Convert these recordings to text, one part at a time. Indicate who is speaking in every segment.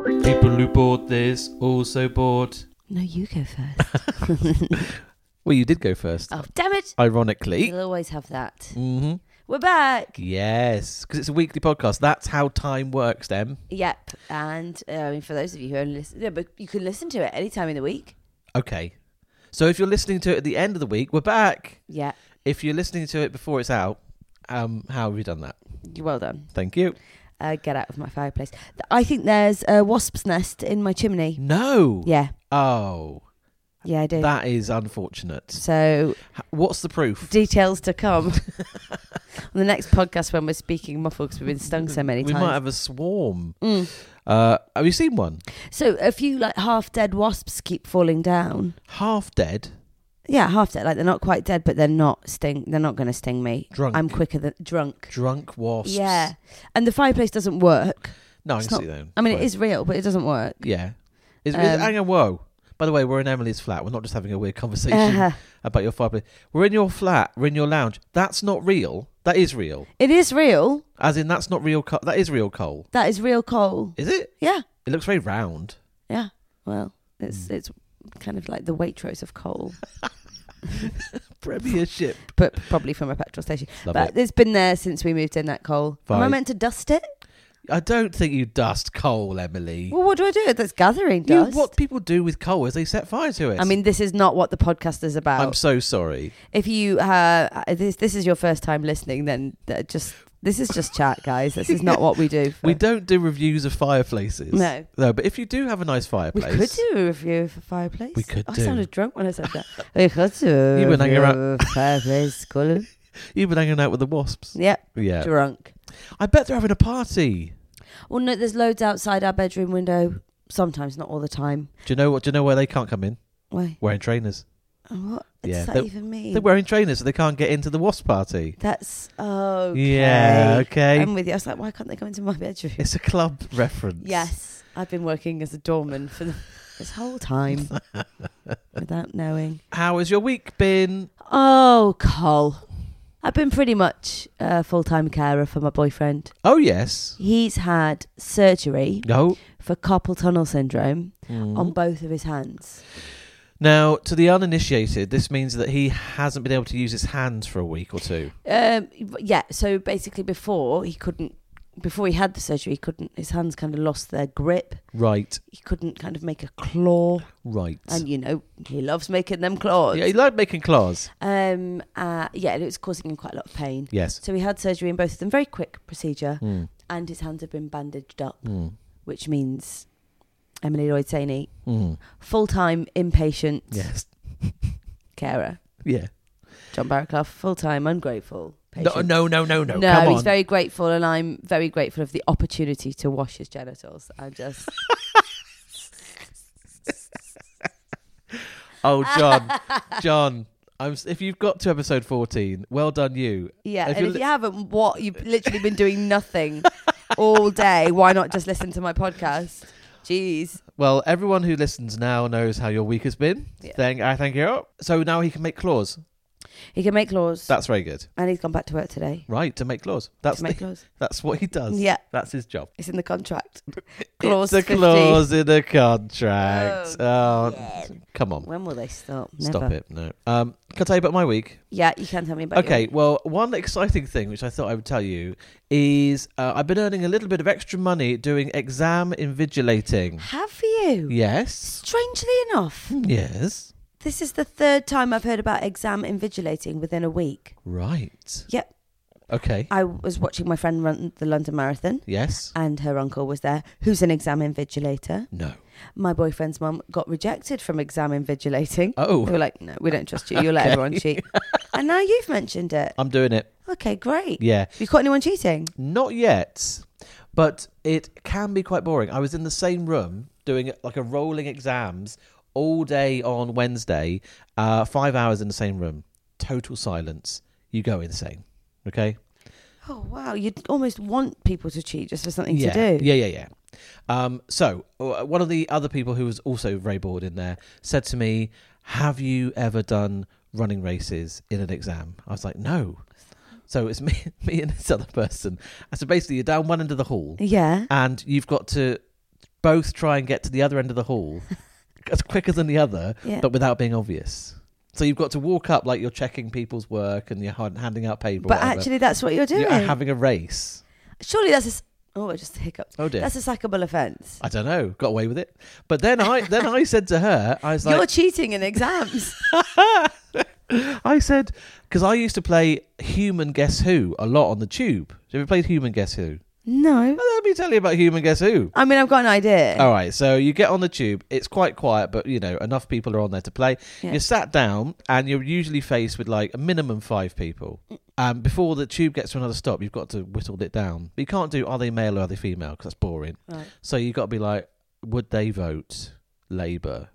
Speaker 1: who bought this also bought.
Speaker 2: No, you go first.
Speaker 3: Well, you did go first,
Speaker 2: oh, damn it.
Speaker 3: ironically.
Speaker 2: You'll always have that.
Speaker 3: Mm-hmm.
Speaker 2: We're back.
Speaker 3: Yes, because it's a weekly podcast. That's how time works, Em.
Speaker 2: Yep. And uh, I mean, for those of you who only listen, yeah, but you can listen to it any time in the week.
Speaker 3: Okay. So if you're listening to it at the end of the week, we're back.
Speaker 2: Yeah.
Speaker 3: If you're listening to it before it's out, um, how have you done that?
Speaker 2: You well done.
Speaker 3: Thank you.
Speaker 2: Uh, get out of my fireplace. Th- I think there's a wasp's nest in my chimney.
Speaker 3: No.
Speaker 2: Yeah.
Speaker 3: Oh,
Speaker 2: Yeah, I do.
Speaker 3: that is unfortunate.
Speaker 2: so
Speaker 3: H- What's the proof?
Speaker 2: details to come on the next podcast when we're speaking muffled because we've been stung so many
Speaker 3: we
Speaker 2: times.
Speaker 3: might have a swarm.
Speaker 2: Mm.
Speaker 3: Uh, have you seen one?
Speaker 2: So a few like half dead wasps keep falling down.
Speaker 3: Half dead,
Speaker 2: Yeah, half dead. Like they're not quite dead, but they're not sting. They're not going to sting me.
Speaker 3: drunk,
Speaker 2: I'm quicker than drunk.
Speaker 3: drunk wasps.
Speaker 2: Yeah, and the fireplace doesn't work.
Speaker 3: No, I
Speaker 2: It's
Speaker 3: can see them.
Speaker 2: I mean, it
Speaker 3: Fine.
Speaker 2: is real, but it doesn't work.
Speaker 3: Yeah. Is,
Speaker 2: Um,
Speaker 3: is, hang on, whoa. By the way, we're in Emily's flat. We're not just having a weird conversation
Speaker 2: Uh,
Speaker 3: about your fireplace. We're in your flat. We're in your lounge. That's not real. That is real.
Speaker 2: it is real.
Speaker 3: As in, that's not real. Co- that is real coal.
Speaker 2: That is real coal.
Speaker 3: Is it?
Speaker 2: Yeah,
Speaker 3: It looks very round.
Speaker 2: yeah. Well, it's
Speaker 3: Hmm.
Speaker 2: it's kind of like the Waitrose of coal,
Speaker 3: Premiership.
Speaker 2: but probably from a petrol station.
Speaker 3: Love
Speaker 2: but
Speaker 3: it.
Speaker 2: it. has been there since we moved in. That coal. Am I
Speaker 3: Right.
Speaker 2: meant to dust it?
Speaker 3: I don't think you dust coal, Emily.
Speaker 2: Well, what do I do? That's gathering
Speaker 3: You-
Speaker 2: dust.
Speaker 3: what people do with coal is they set fire to it.
Speaker 2: I mean, this is not what the podcast is about.
Speaker 3: I'm so sorry.
Speaker 2: if you uh, this this is your first time listening, then uh, just this is just chat, guys. This is not what we do. for-
Speaker 3: We don't do reviews of fireplaces.
Speaker 2: No.
Speaker 3: No, but if you do have a nice
Speaker 2: We
Speaker 3: fireplace,
Speaker 2: could do a review of a fireplace.
Speaker 3: We could
Speaker 2: I
Speaker 3: do.
Speaker 2: sounded drunk when I said that. we could do. a
Speaker 3: You've been hanging
Speaker 2: review
Speaker 3: around-
Speaker 2: of a fireplace. Colin.
Speaker 3: you've been hanging out with the wasps.
Speaker 2: Yep,
Speaker 3: Yeah.
Speaker 2: drunk.
Speaker 3: I bet they're having a party.
Speaker 2: Well, no, there's loads outside our bedroom window. Sometimes, not all the time.
Speaker 3: Do you know what? Do you know where they can't come in?
Speaker 2: Why?
Speaker 3: Wearing trainers.
Speaker 2: And What does
Speaker 3: Yeah,
Speaker 2: that
Speaker 3: they-
Speaker 2: even mean?
Speaker 3: They're wearing trainers, so they can't get into the wasp party.
Speaker 2: That's okay. Um,
Speaker 3: Yeah. Okay.
Speaker 2: I'm with you. I was like, why can't they come into my bedroom?
Speaker 3: it's a club reference.
Speaker 2: Yes, I've been working as a doorman for the, this whole time without knowing.
Speaker 3: How has your week been?
Speaker 2: Oh, Cole. I've been pretty much a full time carer for my boyfriend.
Speaker 3: Oh yes.
Speaker 2: He's had surgery
Speaker 3: No.
Speaker 2: for carpal tunnel syndrome
Speaker 3: Mm.
Speaker 2: on both of his hands.
Speaker 3: Now, to the uninitiated, this means that he hasn't been able to use his hands for a week or two.
Speaker 2: Um, yeah, so basically, before he couldn't, before he had the surgery, he couldn't, his hands kind of lost their grip.
Speaker 3: Right.
Speaker 2: He couldn't kind of make a claw.
Speaker 3: Right.
Speaker 2: And, you know, he loves making them claws.
Speaker 3: yeah, he liked making claws.
Speaker 2: Um, uh, yeah, and it was causing him quite a lot of pain.
Speaker 3: Yes.
Speaker 2: So he had surgery in both of them, very quick procedure,
Speaker 3: Mm.
Speaker 2: and his hands have been bandaged up,
Speaker 3: Mm.
Speaker 2: which means Emily Lloyd Saney,
Speaker 3: Mm.
Speaker 2: full time inpatient
Speaker 3: Yes.
Speaker 2: carer.
Speaker 3: Yeah.
Speaker 2: John Barraclough, full time ungrateful. Patient.
Speaker 3: No, no, no, no, no.
Speaker 2: No,
Speaker 3: Come
Speaker 2: he's
Speaker 3: on.
Speaker 2: very grateful, and I'm very grateful of the opportunity to wash his genitals. I'm just
Speaker 3: Oh, John, John. I'm, s- if you've got to episode 14, well done you.
Speaker 2: yeah.
Speaker 3: If
Speaker 2: and
Speaker 3: you
Speaker 2: if
Speaker 3: li-
Speaker 2: you haven't, what you've literally been doing nothing all day. Why not just listen to my podcast? Jeez.
Speaker 3: Well, everyone who listens now knows how your week has been.
Speaker 2: Yeah.
Speaker 3: Thank, I thank you. So now he can make claws.
Speaker 2: He can make laws,
Speaker 3: That's very good.
Speaker 2: and he's gone back to work today.
Speaker 3: Right, to make claws. That's
Speaker 2: to make
Speaker 3: the-
Speaker 2: laws.
Speaker 3: that's what he does.
Speaker 2: Yeah,
Speaker 3: That's his job.
Speaker 2: it's in the contract. Clause
Speaker 3: it's a
Speaker 2: 50.
Speaker 3: clause in a contract.
Speaker 2: Oh,
Speaker 3: Oh,
Speaker 2: shit.
Speaker 3: come on.
Speaker 2: When will they stop?
Speaker 3: Stop
Speaker 2: Never.
Speaker 3: it. No. Um, can I tell you about my week?
Speaker 2: Yeah, you can tell me about. your-
Speaker 3: Okay, well, one exciting thing which I thought I would tell you is uh, I've been earning a little bit of extra money doing exam invigilating.
Speaker 2: Have you?
Speaker 3: Yes.
Speaker 2: Strangely enough,
Speaker 3: Yes.
Speaker 2: this is the third time I've heard about exam invigilating within a week.
Speaker 3: Right.
Speaker 2: Yep.
Speaker 3: Okay.
Speaker 2: I was watching my friend run the London Marathon,
Speaker 3: Yes.
Speaker 2: and her uncle was there, who's an exam invigilator.
Speaker 3: No.
Speaker 2: My boyfriend's mum got rejected from exam invigilating. They
Speaker 3: Oh,
Speaker 2: were like, no, we don't trust you. You'll let
Speaker 3: Okay.
Speaker 2: everyone cheat. and now you've mentioned it.
Speaker 3: I'm doing it.
Speaker 2: Okay, great.
Speaker 3: Yeah.
Speaker 2: You caught anyone cheating?
Speaker 3: Not yet, but it can be quite boring. I was in the same room doing like a rolling exams all day on Wednesday, uh, five hours in the same room, total silence. You go insane. Okay.
Speaker 2: Oh wow, you'd almost want people to cheat just for something
Speaker 3: yeah.
Speaker 2: to do.
Speaker 3: Yeah, yeah, yeah. Um, so uh, one of the other people who was also very bored in there said to me, "Have you ever done running races in an exam?" I was like, "No." So it's me, me and this other person. And so basically, you're down one end of the hall,
Speaker 2: Yeah.
Speaker 3: and you've got to both try and get to the other end of the hall as quicker than the other,
Speaker 2: Yeah.
Speaker 3: but without being obvious. So you've got to walk up like you're checking people's work and you're hand- handing out paper. or
Speaker 2: But
Speaker 3: whatever.
Speaker 2: actually, that's what you're doing.
Speaker 3: you're having a race.
Speaker 2: Surely that's a. s- Oh, I just hiccuped.
Speaker 3: Oh dear.
Speaker 2: That's a sackable offence.
Speaker 3: I don't know. Got away with it. But then I then I said to her, I was
Speaker 2: You're
Speaker 3: like,
Speaker 2: cheating in exams.
Speaker 3: I said because I used to play Human Guess Who a lot on the tube. Have you ever played Human Guess Who?
Speaker 2: no.
Speaker 3: Well, let me tell you about Human Guess Who.
Speaker 2: I mean, I've got an idea.
Speaker 3: All right, so you get on the tube. It's quite quiet, but you know enough people are on there to play.
Speaker 2: Yeah.
Speaker 3: You're sat down, and you're usually faced with like a minimum five people. Um, before the tube gets to another stop, you've got to whittle it down. But you can't do are they male or are they female because that's boring.
Speaker 2: Right.
Speaker 3: So you've got to be like, would they vote Labour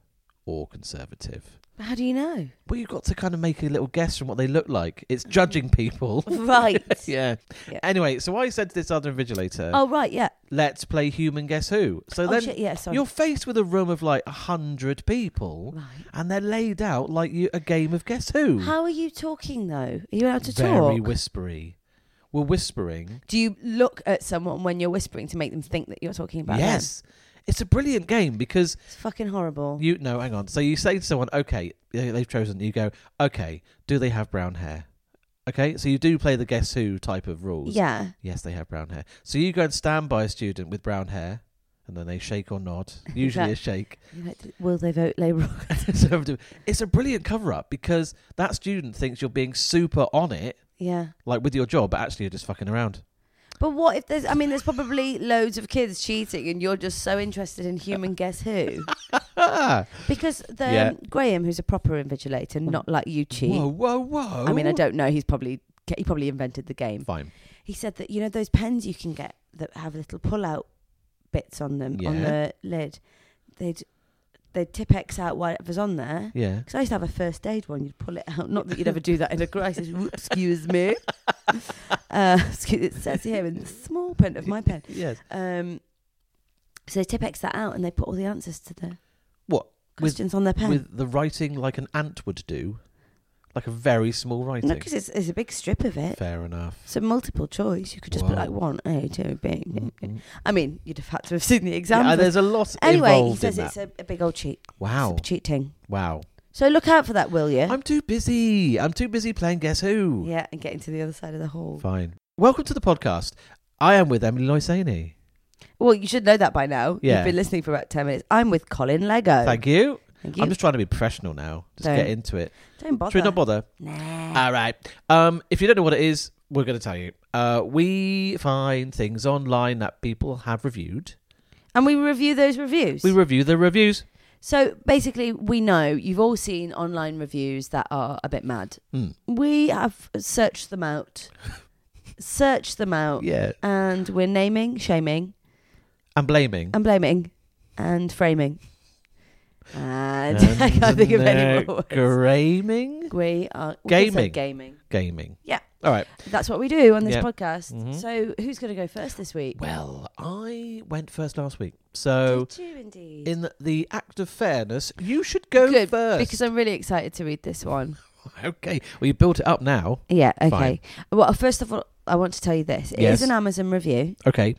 Speaker 3: or Conservative?
Speaker 2: How do you know?
Speaker 3: Well, you've got to kind of make a little guess from what they look like. It's judging people.
Speaker 2: Right.
Speaker 3: yeah.
Speaker 2: Yeah.
Speaker 3: Anyway, so I said to this other invigilator,
Speaker 2: Oh, right. Yeah.
Speaker 3: let's play human guess who. So
Speaker 2: oh,
Speaker 3: then
Speaker 2: shit. Yeah. Sorry.
Speaker 3: you're faced with a room of like a hundred people,
Speaker 2: Right.
Speaker 3: and they're laid out like you a game of guess who.
Speaker 2: How are you talking though? Are you allowed to
Speaker 3: Very
Speaker 2: talk?
Speaker 3: whispery. We're whispering.
Speaker 2: do you look at someone when you're whispering to make them think that you're talking about them?
Speaker 3: yes, it's a brilliant game because
Speaker 2: It's fucking horrible.
Speaker 3: you no, hang on. So you say to someone, okay, they- they've chosen. You go, okay, do they have brown hair? Okay, so you do play the guess who type of rules.
Speaker 2: yeah.
Speaker 3: Yes, they have brown hair. So you go and stand by a student with brown hair, and then they shake or nod. Usually a shake.
Speaker 2: You're like, Will they vote Labour?
Speaker 3: So I'm doing- it's a brilliant cover up because that student thinks you're being super on it,
Speaker 2: yeah.
Speaker 3: like with your job, but actually you're just fucking around.
Speaker 2: But what if there's? I mean, there's probably loads of kids cheating, and you're just so interested in human guess who. Because the
Speaker 3: Yeah.
Speaker 2: um, Graham, who's a proper invigilator, not like you cheat.
Speaker 3: Whoa, whoa, whoa!
Speaker 2: I mean, I don't know. He's probably he probably invented the game.
Speaker 3: Fine.
Speaker 2: He said that you know those pens you can get that have little pull-out bits on them on
Speaker 3: Yeah.
Speaker 2: the lid. They'd they'd tip X out whatever's on there.
Speaker 3: Yeah.
Speaker 2: Because I used to have a first aid one. You'd pull it out. Not that you'd ever do that in a crisis. Whoop, Excuse me. Uh, excuse- it says here in the small print of my pen.
Speaker 3: Yes.
Speaker 2: Um, so they tip X that out and they put all the answers to the
Speaker 3: What with
Speaker 2: questions on their pen.
Speaker 3: with the writing like an ant would do, like a very small writing.
Speaker 2: No, because it's, it's a big strip of it.
Speaker 3: Fair enough.
Speaker 2: So multiple choice. You could just put like
Speaker 3: Wow.
Speaker 2: one, A, two, B.
Speaker 3: Mm-mm.
Speaker 2: I mean, you'd have had to have seen the exam.
Speaker 3: Yeah,
Speaker 2: first.
Speaker 3: there's a lot
Speaker 2: anyway, he
Speaker 3: involved
Speaker 2: says
Speaker 3: in that.
Speaker 2: it's a, a big old cheat.
Speaker 3: wow,
Speaker 2: It's cheating.
Speaker 3: wow.
Speaker 2: So look out for that, will you?
Speaker 3: I'm too busy. I'm too busy playing Guess Who.
Speaker 2: yeah, and getting to the other side of the hall.
Speaker 3: Fine. Welcome to the podcast. I am with Emily Loisaney.
Speaker 2: Well, you should know that by now.
Speaker 3: Yeah.
Speaker 2: You've been listening for about 10 minutes. I'm with Colin Lego.
Speaker 3: Thank you.
Speaker 2: Thank you.
Speaker 3: I'm just trying to be professional now. Just
Speaker 2: Don't.
Speaker 3: get into it.
Speaker 2: Don't bother.
Speaker 3: Should we not bother?
Speaker 2: nah.
Speaker 3: All right. Um, if you don't know what it is, we're going to tell you. Uh, we find things online that people have reviewed.
Speaker 2: and we review those reviews.
Speaker 3: We review the reviews.
Speaker 2: so basically, we know you've all seen online reviews that are a bit mad.
Speaker 3: Hmm.
Speaker 2: We have searched them out. searched them out.
Speaker 3: Yeah.
Speaker 2: And we're naming, shaming,
Speaker 3: And blaming.
Speaker 2: and blaming, and framing. And I can't think of any more
Speaker 3: uh,
Speaker 2: words.
Speaker 3: Gaming.
Speaker 2: We are we could say
Speaker 3: Gaming.
Speaker 2: Gaming.
Speaker 3: Gaming.
Speaker 2: Yeah.
Speaker 3: All right.
Speaker 2: That's what we do on this
Speaker 3: Yeah.
Speaker 2: podcast.
Speaker 3: Mhm.
Speaker 2: So who's going to go first this week?
Speaker 3: Well, I went first last week, so
Speaker 2: Did you indeed?
Speaker 3: in the act of fairness, you should go
Speaker 2: Good,
Speaker 3: first.
Speaker 2: because I'm really excited to read this one.
Speaker 3: okay. Well, you built it up now.
Speaker 2: Yeah, okay.
Speaker 3: Fine.
Speaker 2: Well, first of all, I want to tell you this. It is
Speaker 3: Yes.
Speaker 2: an Amazon review,
Speaker 3: Okay.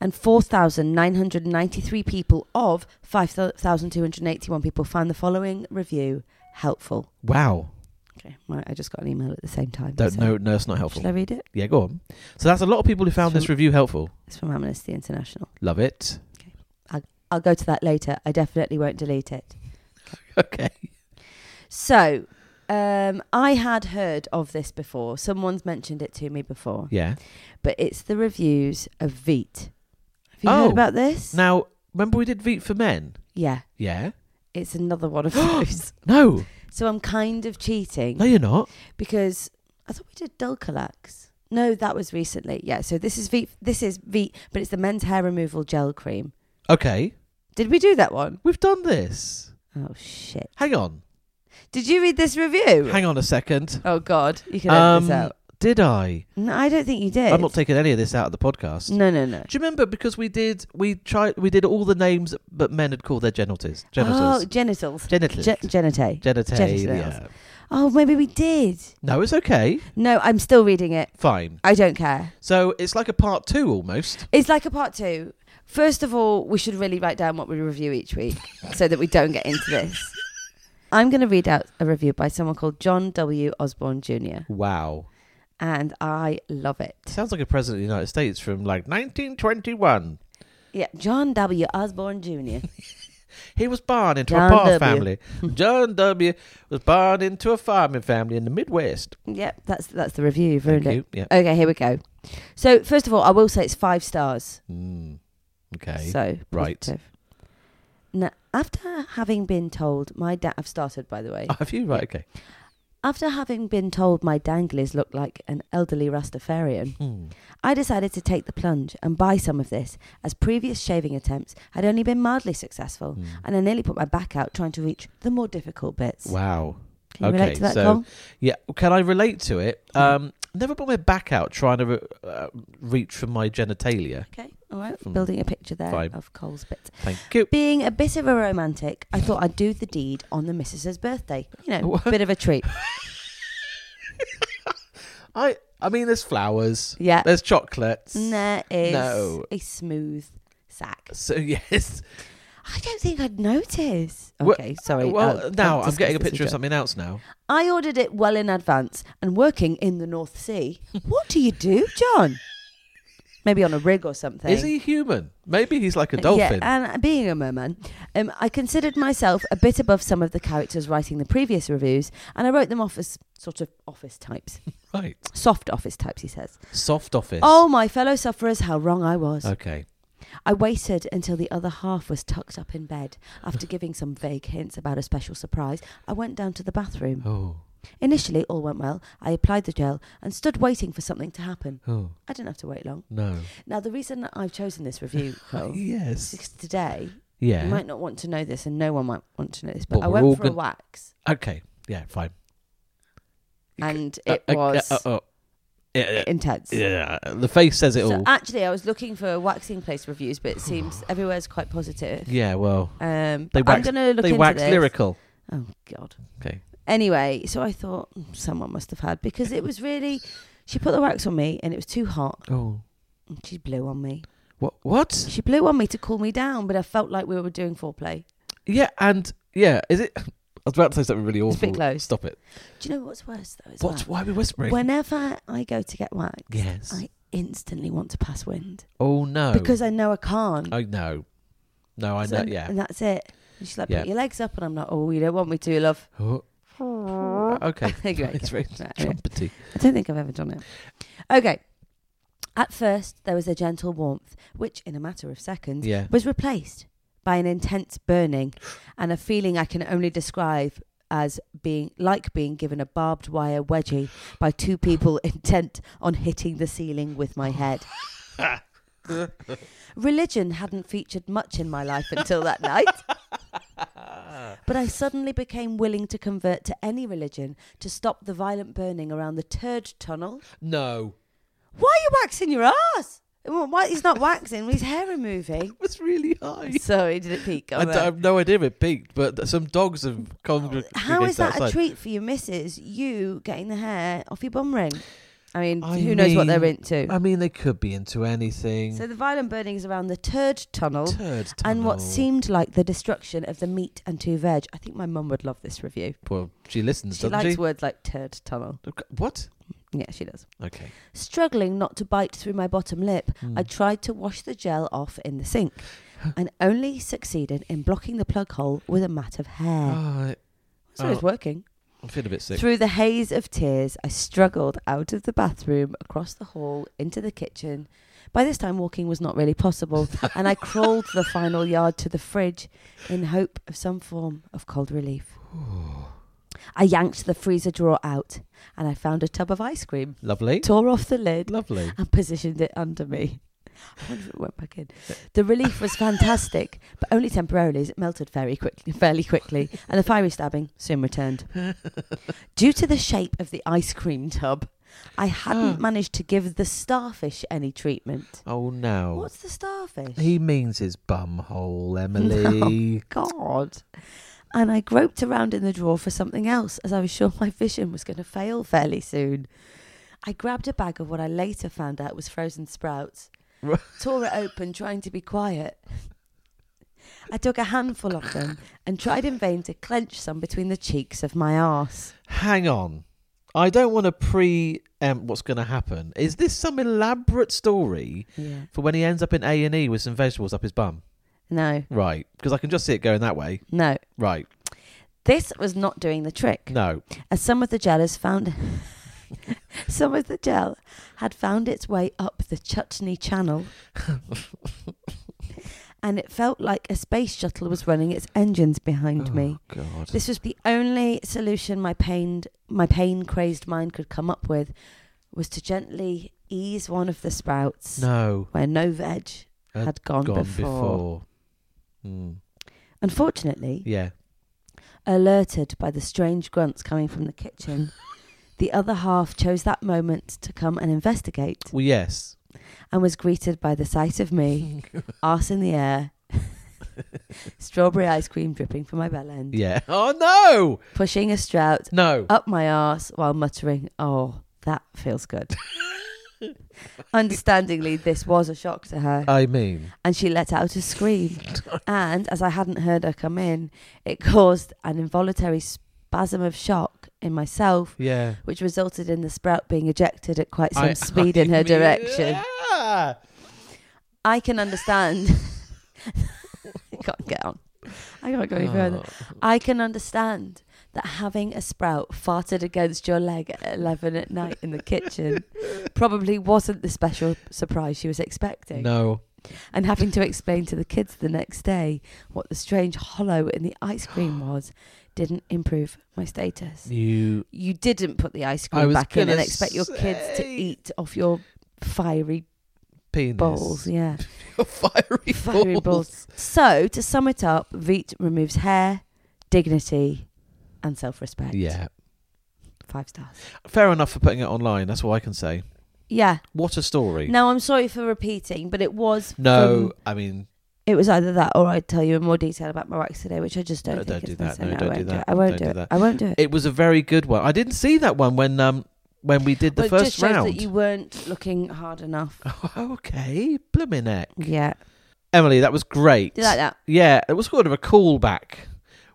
Speaker 2: and 4,993 people of 5,281 people found the following review helpful.
Speaker 3: Wow.
Speaker 2: Okay, right, I just got an email at the same time.
Speaker 3: Don't
Speaker 2: so-
Speaker 3: no, no, it's not helpful.
Speaker 2: Should I read it?
Speaker 3: Yeah, go on. So that's a lot of people who found this review helpful.
Speaker 2: It's from Amnesty International.
Speaker 3: Love it.
Speaker 2: I'll go to that later. I definitely won't delete it.
Speaker 3: Okay.
Speaker 2: So, um, I had heard of this before. Someone's mentioned it to me before,
Speaker 3: Yeah.
Speaker 2: but it's the reviews of Veet. Have you
Speaker 3: Oh.
Speaker 2: heard about this?
Speaker 3: Now, remember we did Veep for Men?
Speaker 2: Yeah,
Speaker 3: Yeah.
Speaker 2: it's another one of those.
Speaker 3: No,
Speaker 2: so I'm kind of cheating
Speaker 3: no, you're not.
Speaker 2: because I thought we did Dulcolax. No, that was recently. Yeah, so this is Veet. This is Veet, but it's the men's hair removal gel cream.
Speaker 3: Okay.
Speaker 2: Did we do that one?
Speaker 3: We've done this.
Speaker 2: Oh shit!
Speaker 3: Hang on.
Speaker 2: Did you read this review?
Speaker 3: Hang on a second.
Speaker 2: oh god, you can edit this
Speaker 3: Um,
Speaker 2: out.
Speaker 3: Did I?
Speaker 2: No, I don't think you did.
Speaker 3: I'm not taking any of this out of the podcast.
Speaker 2: no, no, no.
Speaker 3: Do you remember because we did we tried we did all the names but men had called their genitals genitals
Speaker 2: Oh, genitals.
Speaker 3: genitals
Speaker 2: Ge- genitae.
Speaker 3: genitalia.
Speaker 2: genitals. Oh, maybe we did.
Speaker 3: No, it's okay.
Speaker 2: No, I'm still reading it.
Speaker 3: Fine.
Speaker 2: I don't care.
Speaker 3: So it's like a part two almost.
Speaker 2: It's like a part two, First of all, we should really write down what we review each week so that we don't get into this. I'm going to read out a review by someone called John W. Osborne Jr.,
Speaker 3: Wow.
Speaker 2: and I love it.
Speaker 3: Sounds like a president of the United States from like 1921.
Speaker 2: Yeah, John W. Osborne Jr.
Speaker 3: He was born into
Speaker 2: John
Speaker 3: a poor
Speaker 2: W.
Speaker 3: family. John W. was born into a farming family in the Midwest.
Speaker 2: yep, that's that's the review. You've ruined
Speaker 3: Thank
Speaker 2: it.
Speaker 3: you. Yeah.
Speaker 2: Okay, here we go. So, first of all, I will say it's five stars.
Speaker 3: Mm. Okay.
Speaker 2: So,
Speaker 3: right.
Speaker 2: positive. Now, after having been told my dad, I've started by the way.
Speaker 3: Oh, have you? Right. Okay.
Speaker 2: After having been told my danglies looked like an elderly Rastafarian,
Speaker 3: Hmm.
Speaker 2: I decided to take the plunge and buy some of this, as previous shaving attempts had only been mildly successful,
Speaker 3: Hmm.
Speaker 2: and Oh, I nearly put my back out trying to reach the more difficult bits.
Speaker 3: Wow.
Speaker 2: Can you relate
Speaker 3: okay,
Speaker 2: to that,
Speaker 3: so-
Speaker 2: Cole?
Speaker 3: Yeah. Can I relate to it? Um, never put my back out trying to re- uh, reach for my genitalia.
Speaker 2: Okay, all right.
Speaker 3: Hmm.
Speaker 2: Building a picture there
Speaker 3: Fine.
Speaker 2: of Cole's bits.
Speaker 3: Thank you.
Speaker 2: Being a bit of a romantic, I thought I'd do the deed on the missus's birthday. You know,
Speaker 3: What?
Speaker 2: bit of a treat.
Speaker 3: I. I mean, there's flowers.
Speaker 2: Yeah.
Speaker 3: There's chocolates.
Speaker 2: And there is
Speaker 3: No.
Speaker 2: a smooth sack.
Speaker 3: So yes.
Speaker 2: I don't think I'd notice.
Speaker 3: Well, uh,
Speaker 2: Okay, sorry.
Speaker 3: well,
Speaker 2: I'll- I'll
Speaker 3: now I'm
Speaker 2: discuss
Speaker 3: getting a
Speaker 2: this in
Speaker 3: picture of
Speaker 2: jo-
Speaker 3: something else now.
Speaker 2: I ordered it well in advance and working in the North Sea. What do you do, John? Maybe on a rig or something.
Speaker 3: Is he human? Maybe he's like a
Speaker 2: Uh,
Speaker 3: dolphin.
Speaker 2: Yeah, and being a merman, um, I considered myself a bit above some of the characters writing the previous reviews, and I wrote them off as sort of office types.
Speaker 3: Right.
Speaker 2: Soft office types, he says.
Speaker 3: Soft office.
Speaker 2: Oh, my fellow sufferers, how wrong I was.
Speaker 3: Okay.
Speaker 2: I waited until the other half was tucked up in bed. After giving some vague hints about a special surprise, I went down to the bathroom.
Speaker 3: Oh.
Speaker 2: Initially, all went well. I applied the gel and stood waiting for something to happen.
Speaker 3: Oh.
Speaker 2: I didn't have to wait long.
Speaker 3: No. Uh,
Speaker 2: Now, the reason that I've chosen this review, Cole, is
Speaker 3: Yes.
Speaker 2: because today
Speaker 3: Yeah.
Speaker 2: you Oh. might not want to know this, and no one might want to know this, but
Speaker 3: But
Speaker 2: I
Speaker 3: we're
Speaker 2: went
Speaker 3: all
Speaker 2: for a
Speaker 3: gon-
Speaker 2: wax,
Speaker 3: Okay. Yeah. Fine.
Speaker 2: and
Speaker 3: Uh,
Speaker 2: it
Speaker 3: uh,
Speaker 2: was
Speaker 3: uh, uh, yeah,
Speaker 2: intense.
Speaker 3: yeah, yeah. The face says it
Speaker 2: So
Speaker 3: all.
Speaker 2: actually, I was looking for waxing place reviews, but it seems everywhere's quite positive.
Speaker 3: yeah. Well,
Speaker 2: Um,
Speaker 3: They
Speaker 2: but I'm
Speaker 3: wax-
Speaker 2: going to look
Speaker 3: they
Speaker 2: into
Speaker 3: wax
Speaker 2: this.
Speaker 3: lyrical.
Speaker 2: Oh God.
Speaker 3: Okay.
Speaker 2: Anyway, so I thought "Mm, someone must have had because it was really. She put the wax on me, and it was too hot.
Speaker 3: Oh.
Speaker 2: and She blew on me.
Speaker 3: What? What?
Speaker 2: She blew on me to cool me down, but I felt like we were doing foreplay.
Speaker 3: Yeah. And yeah. Is it? I was about to say something really
Speaker 2: It's a
Speaker 3: awful.
Speaker 2: bit close.
Speaker 3: Stop it.
Speaker 2: Do you know what's worse though? As
Speaker 3: What?
Speaker 2: well?
Speaker 3: Why are we whispering?
Speaker 2: Whenever I go to get waxed,
Speaker 3: yes.
Speaker 2: I instantly want to pass wind
Speaker 3: oh no.
Speaker 2: because I know I can't.
Speaker 3: I know. No, I
Speaker 2: So-
Speaker 3: know. Yeah.
Speaker 2: and that's it. And she's like,
Speaker 3: Yeah.
Speaker 2: put your legs up, and I'm like, oh, you don't want me to, love.
Speaker 3: Oh, okay.
Speaker 2: Anyway, okay.
Speaker 3: Oh, it's very
Speaker 2: Right, anyway.
Speaker 3: trumpety.
Speaker 2: I don't think I've ever done it. Okay. At first, there was a gentle warmth, which, in a matter of seconds,
Speaker 3: Yeah.
Speaker 2: was replaced by an intense burning and a feeling I can only describe as being like being given a barbed wire wedgie by two people intent on hitting the ceiling with my head. Religion hadn't featured much in my life until that night, but I suddenly became willing to convert to any religion to stop the violent burning around the turd tunnel.
Speaker 3: No.
Speaker 2: Why are you waxing your ass? Well, why, he's not waxing, his hair removing.
Speaker 3: It was really high.
Speaker 2: Sorry, did it peak?
Speaker 3: I, d- I have no idea if it peaked, but th- some dogs have congregated
Speaker 2: How is that
Speaker 3: outside.
Speaker 2: a treat for your missus? You getting the hair off your bum ring? I mean,
Speaker 3: I
Speaker 2: who knows what they're
Speaker 3: mean,
Speaker 2: into?
Speaker 3: I mean, they could be into anything.
Speaker 2: so the violent burning is around the turd tunnel,
Speaker 3: Turd
Speaker 2: and what
Speaker 3: tunnel.
Speaker 2: seemed like the destruction of the meat and two veg. I think my mum would love this review.
Speaker 3: Well, she listens,
Speaker 2: She
Speaker 3: doesn't
Speaker 2: likes
Speaker 3: she?
Speaker 2: words like turd tunnel.
Speaker 3: Okay, What?
Speaker 2: Yeah, she does.
Speaker 3: Okay.
Speaker 2: Struggling not to bite through my bottom lip, I tried to wash the gel off in the sink and only succeeded in blocking the plug hole with a mat of hair.
Speaker 3: Oh,
Speaker 2: So it's
Speaker 3: oh.
Speaker 2: working.
Speaker 3: I'm feeling a bit sick.
Speaker 2: Through the haze of tears, I struggled out of the bathroom, across the hall, into the kitchen. By this time, walking was not really possible, and I crawled the final yard to the fridge in hope of some form of cold relief. I yanked the freezer drawer out, and I found a tub of ice cream,
Speaker 3: Lovely.
Speaker 2: tore off the lid,
Speaker 3: Lovely.
Speaker 2: and positioned it under me. I wonder if it went back in. The relief was fantastic, but only temporarily as it melted very quickly, fairly quickly, and the fiery stabbing soon returned. Due to the shape of the ice cream tub, I hadn't
Speaker 3: Ah.
Speaker 2: managed to give the starfish any treatment.
Speaker 3: Oh, no.
Speaker 2: What's the starfish?
Speaker 3: He means his bum hole, Emily.
Speaker 2: God. And I groped around in the drawer for something else, as I was sure my vision was going to fail fairly soon. I grabbed a bag of what I later found out was frozen sprouts
Speaker 3: Right.
Speaker 2: tore it open, trying to be quiet. I took a handful of them and tried in vain to clench some between the cheeks of my arse.
Speaker 3: Hang on. I don't want to preempt what's going to happen. Is this some elaborate story
Speaker 2: Yeah.
Speaker 3: for when he ends up in A and E with some vegetables up his bum?
Speaker 2: No,
Speaker 3: Right, because I can just see it going that way.
Speaker 2: no.
Speaker 3: Right,
Speaker 2: This was not doing the trick.
Speaker 3: no.
Speaker 2: as some of the gel has found some of the gel had found its way up the chutney channel and it felt like a space shuttle was running its engines behind
Speaker 3: Oh.
Speaker 2: me
Speaker 3: God.
Speaker 2: this was the only solution my pained my pain crazed mind could come up with was to gently ease one of the sprouts
Speaker 3: no.
Speaker 2: where no veg
Speaker 3: Had
Speaker 2: had gone,
Speaker 3: Gone
Speaker 2: before.
Speaker 3: before. Mm.
Speaker 2: unfortunately
Speaker 3: Yeah.
Speaker 2: Alerted by the strange grunts coming from the kitchen, the other half chose that moment to come and investigate
Speaker 3: Well, yes.
Speaker 2: and was greeted by the sight of me, arse in the air, strawberry ice cream dripping from my bell end,
Speaker 3: Yeah. Oh no!
Speaker 2: pushing a strout
Speaker 3: No.
Speaker 2: up my arse while muttering, Oh, that feels good. Understandingly, this was a shock to her,
Speaker 3: I mean,
Speaker 2: and she let out a scream. And as I hadn't heard her come in, it caused an involuntary spasm of shock in myself
Speaker 3: yeah.
Speaker 2: which resulted in the sprout being ejected at quite some
Speaker 3: I-
Speaker 2: speed in
Speaker 3: I
Speaker 2: her
Speaker 3: mean,
Speaker 2: direction.
Speaker 3: yeah.
Speaker 2: I can understand. I can't get on. I can't
Speaker 3: Oh.
Speaker 2: go any further. I can understand that having a sprout farted against your leg at 11 at night in the kitchen probably wasn't the special surprise she was expecting.
Speaker 3: No.
Speaker 2: And having to explain to the kids the next day what the strange hollow in the ice cream was didn't improve my status
Speaker 3: You.
Speaker 2: you didn't put the ice
Speaker 3: I
Speaker 2: cream
Speaker 3: was
Speaker 2: back in
Speaker 3: gonna
Speaker 2: and expect your kids to
Speaker 3: say-
Speaker 2: eat off your fiery
Speaker 3: Penis.
Speaker 2: balls. Yeah.
Speaker 3: Fiery,
Speaker 2: Fiery balls. So, to sum it up, Veet removes hair, dignity, and self respect.
Speaker 3: Yeah.
Speaker 2: Five stars.
Speaker 3: Fair enough for putting it online. That's what I can say.
Speaker 2: Yeah.
Speaker 3: What a story.
Speaker 2: Now, I'm sorry for repeating, but it was.
Speaker 3: No,
Speaker 2: from-
Speaker 3: I mean,
Speaker 2: it was either that or I'd tell you in more detail about my wax today, which I just don't
Speaker 3: No,
Speaker 2: think
Speaker 3: don't
Speaker 2: is
Speaker 3: do that.
Speaker 2: necessary.
Speaker 3: No,
Speaker 2: I
Speaker 3: don't do
Speaker 2: won't
Speaker 3: that.
Speaker 2: it. I won't
Speaker 3: Don't
Speaker 2: do,
Speaker 3: do
Speaker 2: it.
Speaker 3: that.
Speaker 2: I won't do it.
Speaker 3: it was a very good one. I didn't see that one when um when we did the
Speaker 2: Well, it
Speaker 3: first
Speaker 2: just shows
Speaker 3: round.
Speaker 2: that you weren't looking hard enough.
Speaker 3: okay, blimmin' heck.
Speaker 2: Yeah.
Speaker 3: Emily, that was great.
Speaker 2: Do you like that?
Speaker 3: Yeah, it was sort of a callback.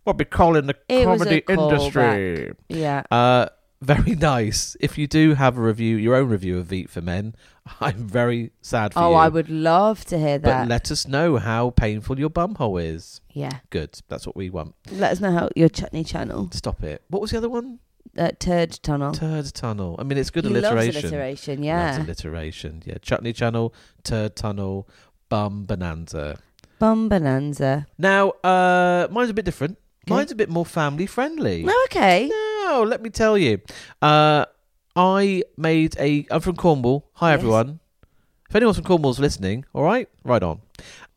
Speaker 3: What we call in the
Speaker 2: It was a
Speaker 3: comedy industry.
Speaker 2: Yeah.
Speaker 3: Uh, very nice. If you do have a review, your own review of Eat for Men, I'm very sad for
Speaker 2: Oh,
Speaker 3: you.
Speaker 2: I would love to hear
Speaker 3: But
Speaker 2: that.
Speaker 3: let us know how painful your bumhole is.
Speaker 2: yeah.
Speaker 3: Good. That's what we want.
Speaker 2: Let us know how your chutney channel,
Speaker 3: Stop it. What was the other one?
Speaker 2: uh, turd tunnel.
Speaker 3: Turd Tunnel. I mean, it's good
Speaker 2: he
Speaker 3: alliteration.
Speaker 2: loves alliteration,
Speaker 3: Loves
Speaker 2: yeah.
Speaker 3: alliteration. Yeah. Chutney Channel, Turd Tunnel, Bum Bonanza.
Speaker 2: Bum bonanza.
Speaker 3: Now, uh, mine's a bit different.
Speaker 2: Okay.
Speaker 3: Mine's a bit more family friendly.
Speaker 2: Oh, okay.
Speaker 3: No, let me tell you. Uh, I made a. I'm from Cornwall. Hi,
Speaker 2: Yes.
Speaker 3: everyone. If anyone's from Cornwall's listening, all right, right on.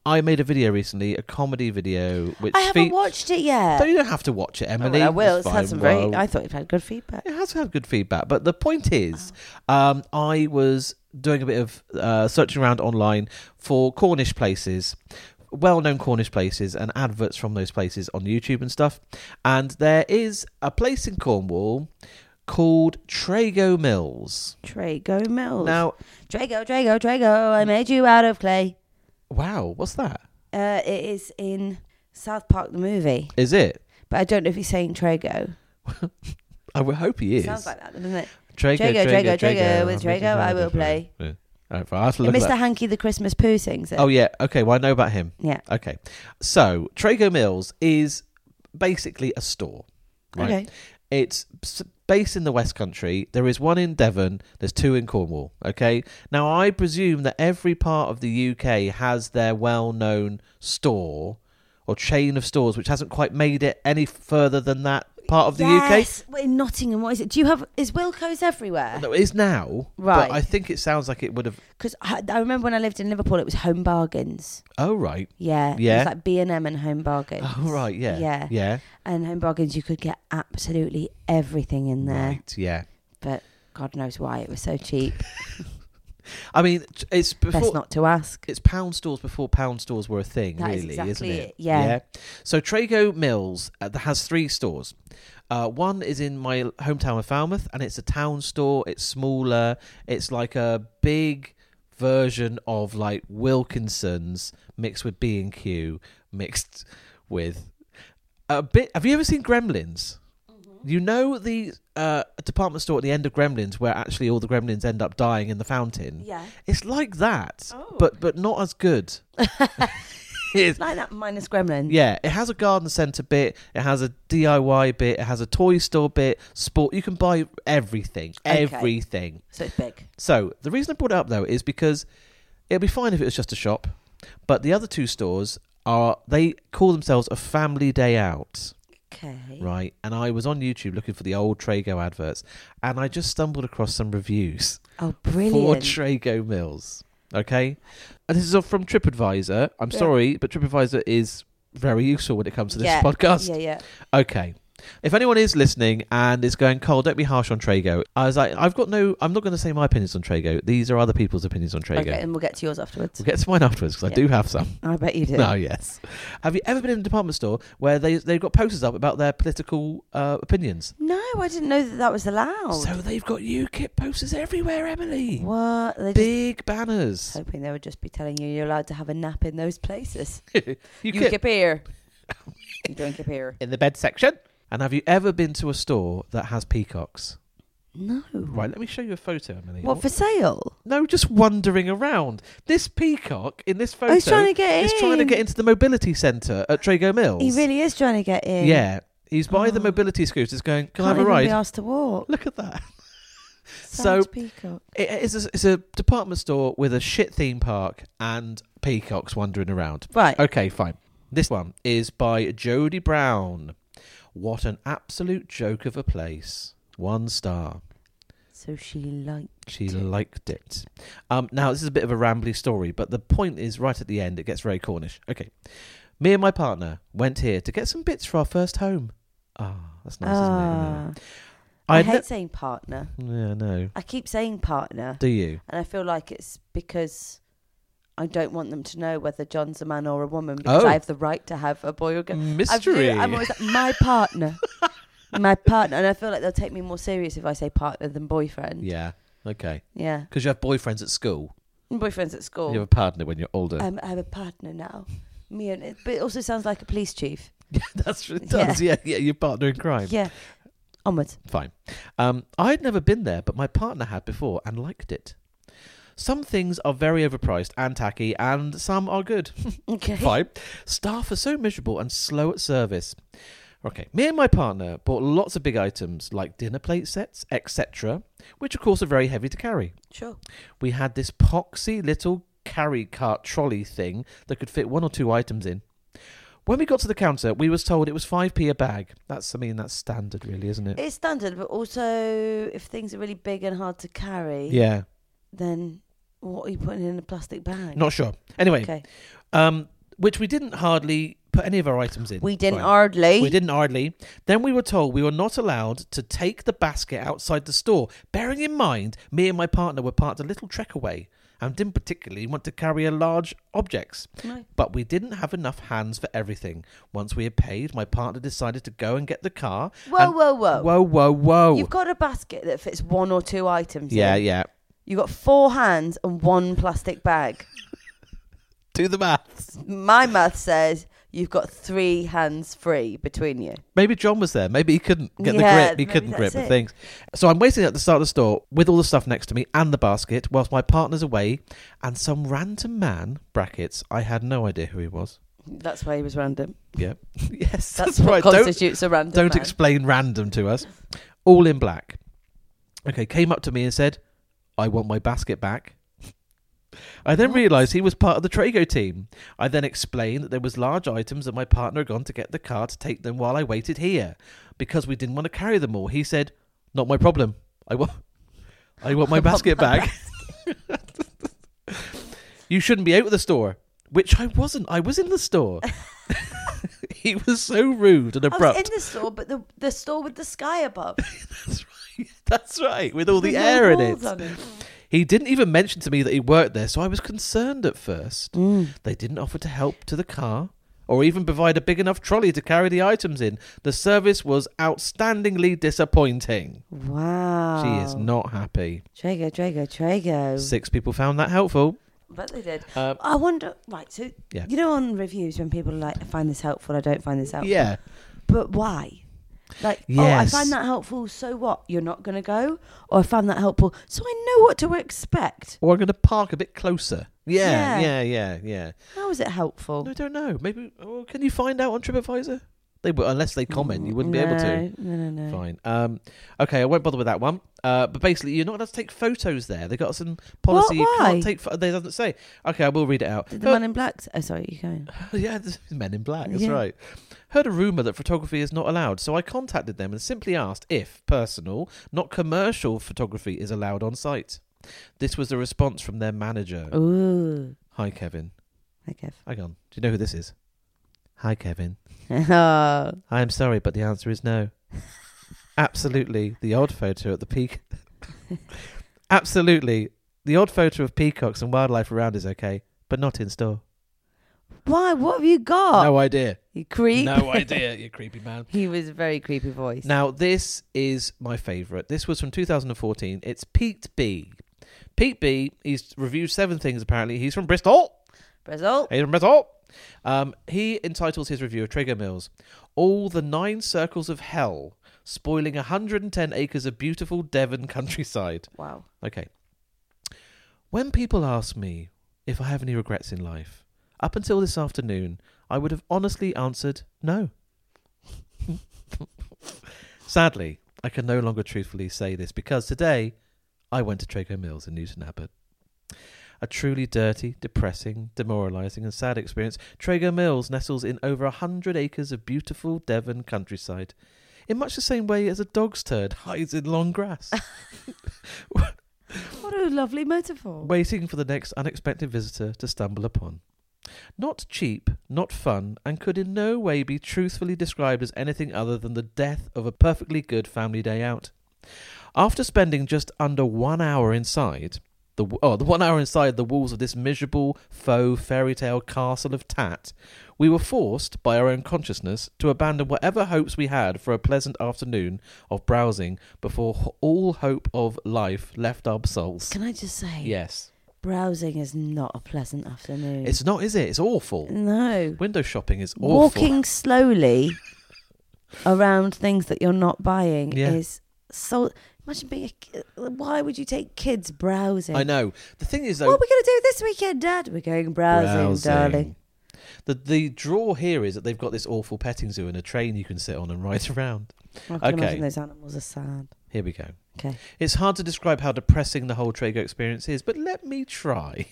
Speaker 3: I made a video recently, a comedy video, which
Speaker 2: I haven't
Speaker 3: fea-
Speaker 2: watched it yet.
Speaker 3: So you don't have to watch it,
Speaker 2: Oh, well,
Speaker 3: Emily.
Speaker 2: I will.
Speaker 3: It's
Speaker 2: It's had
Speaker 3: fine.
Speaker 2: some
Speaker 3: Well,
Speaker 2: very. I thought it had good feedback.
Speaker 3: it has had good feedback. But the point is, um, I was doing a bit of uh, searching around online for Cornish places, well known Cornish places, and adverts from those places on YouTube and stuff. And there is a place in Cornwall called Trago Mills.
Speaker 2: Drago Mills.
Speaker 3: Now,
Speaker 2: Drago, Drago, Drago. I made you out of clay.
Speaker 3: wow, what's that?
Speaker 2: Uh, it is in South Park the movie,
Speaker 3: Is it?
Speaker 2: but I don't know if he's saying Trago.
Speaker 3: I would hope he is.
Speaker 2: Sounds like that, doesn't it?
Speaker 3: Trago,
Speaker 2: Drago, Drago, Drago, with
Speaker 3: I'm making
Speaker 2: Drago I
Speaker 3: Drago
Speaker 2: will play.
Speaker 3: Yeah. All right, I have to
Speaker 2: And
Speaker 3: look at
Speaker 2: Mr.
Speaker 3: that.
Speaker 2: Hanky the Christmas Pooh sings it.
Speaker 3: Oh yeah, okay. Well, I know about him.
Speaker 2: yeah.
Speaker 3: Okay. So, Trago Mills is basically a store. Right?
Speaker 2: Okay.
Speaker 3: It's s- based in the West Country. There is one in Devon, there's two in Cornwall. Okay. Now, I presume that every part of the UK has their well known store or chain of stores, which hasn't quite made it any further than that part of the
Speaker 2: yes. UK. in Nottingham, what is it? Do you have? Is Wilco's everywhere?
Speaker 3: UK. No, it is now.
Speaker 2: Right.
Speaker 3: But I think it sounds like it would have.
Speaker 2: Because I, I remember when I lived in Liverpool, it was Home Bargains.
Speaker 3: Oh, right.
Speaker 2: Yeah, it
Speaker 3: Yeah.
Speaker 2: was like B and M and Home Bargains.
Speaker 3: Oh, right. Yeah.
Speaker 2: Yeah.
Speaker 3: Yeah.
Speaker 2: And Home Bargains, you could get absolutely everything in there,
Speaker 3: Right. Yeah.
Speaker 2: but God knows why it was so cheap.
Speaker 3: I mean, t- it's before.
Speaker 2: Best not to ask.
Speaker 3: it's pound stores before pound stores were a thing,
Speaker 2: That is
Speaker 3: really,
Speaker 2: exactly
Speaker 3: isn't it?
Speaker 2: it, yeah.
Speaker 3: So Trago Mills uh, th- has three stores. Uh, one is in my l- hometown of Falmouth, and it's a town store. It's smaller. It's like a big version of like Wilkinson's mixed with B and Q mixed with a bit. Have you ever seen Gremlins?
Speaker 2: Mm-hmm.
Speaker 3: You know the uh, department store at the end of Gremlins, where actually all the Gremlins end up dying in the fountain.
Speaker 2: Yeah.
Speaker 3: It's like that,
Speaker 2: Oh.
Speaker 3: but but not as good. It's-
Speaker 2: Like that minus gremlin.
Speaker 3: yeah, it has a garden centre bit, it has a DIY bit, it has a toy store bit, sport. You can buy everything,
Speaker 2: Okay.
Speaker 3: everything.
Speaker 2: So it's big.
Speaker 3: So the reason I brought it up though is because it'd be fine if it was just a shop, but the other two stores are they call themselves a family day out,
Speaker 2: Okay.
Speaker 3: right? And I was on YouTube looking for the old Trago adverts, and I just stumbled across some reviews
Speaker 2: Oh,
Speaker 3: for
Speaker 2: brilliant.
Speaker 3: Trago Mills. Okay, and this is all from TripAdvisor. I'm
Speaker 2: Yeah.
Speaker 3: sorry, but TripAdvisor is very useful when it comes to this
Speaker 2: Yeah,
Speaker 3: podcast.
Speaker 2: Yeah, yeah.
Speaker 3: Okay. If anyone is listening and is going, Carl, don't be harsh on Trago. I was like, I've got no, I'm not going to say my opinions on Trago. These are other people's opinions on Trago.
Speaker 2: Okay, and we'll get to yours afterwards.
Speaker 3: We'll get to mine afterwards because
Speaker 2: Yeah.
Speaker 3: I do have some.
Speaker 2: I bet you do.
Speaker 3: Oh, yes. Have you ever been in a department store where they, they've got posters up about their political uh, opinions?
Speaker 2: No, I didn't know that that was allowed.
Speaker 3: So they've got UKIP posters everywhere, Emily.
Speaker 2: Oh. what? They just
Speaker 3: Big banners.
Speaker 2: hoping they would just be telling you you're allowed to have a nap in those places.
Speaker 3: UKIP.
Speaker 2: You keep here. you don't keep here.
Speaker 3: In the bed section. And have you ever been to a store that has peacocks?
Speaker 2: No.
Speaker 3: Right, let me show you a photo, Emily.
Speaker 2: What for sale?
Speaker 3: No, just wandering around. This peacock in this photo
Speaker 2: Oh, he's trying to get
Speaker 3: is
Speaker 2: in.
Speaker 3: trying to get into the mobility centre at Trago Mills.
Speaker 2: He really is trying to get in.
Speaker 3: Yeah, he's by the
Speaker 2: Oh.
Speaker 3: mobility scooters, going, "Can I
Speaker 2: Can't
Speaker 3: have a
Speaker 2: even
Speaker 3: ride?"
Speaker 2: Be asked to walk.
Speaker 3: Look at that.
Speaker 2: So
Speaker 3: So- It- it's, a, it's a department store with a shit theme park and peacocks wandering around.
Speaker 2: right.
Speaker 3: Okay, fine. This one is by Jody Brown. What an absolute joke of a place. One star.
Speaker 2: So she liked.
Speaker 3: She
Speaker 2: it.
Speaker 3: liked it. Um, now, this is a bit of a rambly story, but the point is right at the end, it gets very Cornish. Okay. Me and my partner went here to get some bits for our first home. Ah, that's nice,
Speaker 2: Ah.
Speaker 3: isn't it?
Speaker 2: I,
Speaker 3: I'd
Speaker 2: hate saying partner.
Speaker 3: ne- yeah, no.
Speaker 2: I keep saying partner,
Speaker 3: Do you?
Speaker 2: and I feel like it's because I don't want them to know whether John's a man or a woman because
Speaker 3: Oh.
Speaker 2: I have the right to have a boy or girl. I've
Speaker 3: Mm, Mystery.
Speaker 2: literally- I'm always like, my partner, my partner, and I feel like they'll take me more serious if I say partner than boyfriend.
Speaker 3: yeah. Okay.
Speaker 2: Yeah.
Speaker 3: Because you have boyfriends at school.
Speaker 2: And boyfriend's at school.
Speaker 3: You have a partner when you're older.
Speaker 2: Oh. um, I have a partner now. Me and it, but it also sounds like a police chief.
Speaker 3: That's what it does. Yeah. yeah, Your partner in crime.
Speaker 2: Yeah. Onwards.
Speaker 3: Fine. Um, I'd never been there, but my partner had before and liked it. Some things are very overpriced and tacky, and some are good.
Speaker 2: Okay.
Speaker 3: Fine. Staff are so miserable and slow at service. Okay, me and my partner bought lots of big items like dinner plate sets, etc., which of course are very heavy to carry.
Speaker 2: Sure.
Speaker 3: We had this poxy little carry cart trolley thing that could fit one or two items in. When we got to the counter, we was told it was 5p a bag. That's, I mean, that's standard really, isn't it?
Speaker 2: It's standard, but also if things are really big and hard to carry,
Speaker 3: Yeah,
Speaker 2: then what are you putting in a plastic bag?
Speaker 3: not sure. Anyway,
Speaker 2: okay.
Speaker 3: um, which we didn't hardly put any of our items in.
Speaker 2: We didn't
Speaker 3: Fine.
Speaker 2: hardly.
Speaker 3: We didn't hardly. Then we were told we were not allowed to take the basket outside the store. Bearing in mind, me and my partner were parked a little trek away and didn't particularly want to carry a large objects.
Speaker 2: No.
Speaker 3: But we didn't have enough hands for everything. Once we had paid, my partner decided to go and get the car.
Speaker 2: Whoa,
Speaker 3: and-
Speaker 2: whoa, whoa,
Speaker 3: Whoa, whoa, whoa.
Speaker 2: You've got a basket that fits one or two items.
Speaker 3: yeah,
Speaker 2: in.
Speaker 3: yeah.
Speaker 2: You've got four hands and one plastic bag.
Speaker 3: Do the maths.
Speaker 2: My math says you've got three hands free between you.
Speaker 3: Maybe John was there. Maybe he couldn't get the
Speaker 2: Yeah,
Speaker 3: grip. He
Speaker 2: maybe
Speaker 3: couldn't grip
Speaker 2: that's
Speaker 3: the
Speaker 2: it.
Speaker 3: things. So I'm waiting at the start of the store with all the stuff next to me and the basket whilst my partner's away and some random man, brackets, I had no idea who he was.
Speaker 2: That's why he was random.
Speaker 3: Yep. yes,
Speaker 2: That's,
Speaker 3: that's,
Speaker 2: what
Speaker 3: right. Don't,
Speaker 2: constitutes a random.
Speaker 3: don't
Speaker 2: man.
Speaker 3: explain random to us. All in black. Okay, came up to me and said, I want my basket back. I then
Speaker 2: What?
Speaker 3: realised he was part of the Trago team. I then explained that there was large items that my partner had gone to get the car to take them while I waited here. Because we didn't want to carry them all, he said, Not my problem. I want I want my basket back. you shouldn't be out of the store. Which I wasn't. I was in the store. he was so rude and
Speaker 2: I
Speaker 3: abrupt.
Speaker 2: was in the store, but the the store with the sky above.
Speaker 3: That's right, with all the
Speaker 2: With no
Speaker 3: air in
Speaker 2: walls
Speaker 3: it.
Speaker 2: on it.
Speaker 3: He didn't even
Speaker 2: Mm.
Speaker 3: mention to me that he worked there, so I was concerned at first. They didn't offer to help to the car. or even provide a big enough trolley to carry the items in. The service was outstandingly disappointing.
Speaker 2: Wow.
Speaker 3: She is not happy.
Speaker 2: Trago, Trago, Trago.
Speaker 3: Six people found that helpful.
Speaker 2: But they did.
Speaker 3: Um,
Speaker 2: I wonder, right, so
Speaker 3: Yeah.
Speaker 2: you know on reviews when people are like, I find this helpful, I don't find this helpful.
Speaker 3: yeah.
Speaker 2: But why? Like, oh, I
Speaker 3: Yes.
Speaker 2: find that helpful, so what? You're not going to go? Or I found that helpful, so I know what to expect.
Speaker 3: Or I'm going to park a bit closer. Yeah,
Speaker 2: Yeah.
Speaker 3: yeah, yeah, yeah.
Speaker 2: How is it helpful?
Speaker 3: No, I don't know. Maybe. Oh, can you find out on TripAdvisor? They w- unless they comment, you wouldn't be able to.
Speaker 2: No, no, no.
Speaker 3: Fine. Um, okay, I won't bother with that one. Uh, but basically, you're not allowed to take photos there. They got some policy. You
Speaker 2: why?
Speaker 3: can't take. Pho- they doesn't say. Okay, I will read it out.
Speaker 2: Did the
Speaker 3: Uh,
Speaker 2: man in black? s- Oh, sorry, you going?
Speaker 3: yeah, this is Men in Black. That's
Speaker 2: Yeah.
Speaker 3: right. Heard a rumor that photography is not allowed, so I contacted them and simply asked if personal, not commercial, photography is allowed on site. This was the response from their manager.
Speaker 2: Oh. Ooh,
Speaker 3: Hi, Kevin.
Speaker 2: okay.
Speaker 3: Hang on. Do you know who this is? Hi, Kevin.
Speaker 2: Oh,
Speaker 3: I am sorry, but the answer is no. Absolutely, the odd photo at the peak. Absolutely, the odd photo of peacocks and wildlife around is okay, but not in store.
Speaker 2: why? What have you got?
Speaker 3: No idea.
Speaker 2: You Oh, creep.
Speaker 3: No idea, you creepy man.
Speaker 2: he was a very creepy voice.
Speaker 3: Now, this is my favourite. This was from 2014. It's Pete B. Pete B, he's reviewed seven things apparently. He's from Bristol.
Speaker 2: Result.
Speaker 3: Adrian Bristol. Um, he entitles his review of Trigger Mills, All the Nine Circles of Hell, spoiling 110 acres of beautiful Devon countryside.
Speaker 2: Wow.
Speaker 3: Okay. When people ask me if I have any regrets in life, up until this afternoon, I would have honestly answered no. Sadly, I can no longer truthfully say this because today I went to Traco Mills in Newton Abbot. A truly dirty, depressing, demoralising, and sad experience, Trago Mills nestles in over a hundred acres of beautiful Devon countryside, in much the same way as a dog's turd hides in long grass.
Speaker 2: What a lovely metaphor.
Speaker 3: waiting for the next unexpected visitor to stumble upon. Not cheap, not fun, and could in no way be truthfully described as anything other than the death of a perfectly good family day out. After spending just under one hour inside, the w- oh, the one hour inside the walls of this miserable faux fairy tale castle of Tat, we were forced by our own consciousness to abandon whatever hopes we had for a pleasant afternoon of browsing before h- all hope of life left our souls.
Speaker 2: Can I just say,
Speaker 3: Yes.
Speaker 2: browsing is not a pleasant afternoon.
Speaker 3: It's not, is it? It's awful.
Speaker 2: no.
Speaker 3: Window shopping is awful.
Speaker 2: Walking slowly around things that you're not buying
Speaker 3: Yeah.
Speaker 2: is so. Imagine being. A, ki- why would you take kids browsing?
Speaker 3: I know. The thing is, though,
Speaker 2: What are we going to do this weekend, Dad? We're going browsing, darling.
Speaker 3: The the draw here is that they've got this awful petting zoo and a train you can sit on and ride around.
Speaker 2: I can imagine
Speaker 3: Okay.
Speaker 2: those animals are sad.
Speaker 3: Here we go.
Speaker 2: Okay.
Speaker 3: It's hard to describe how depressing the whole Trago experience is, but let me try.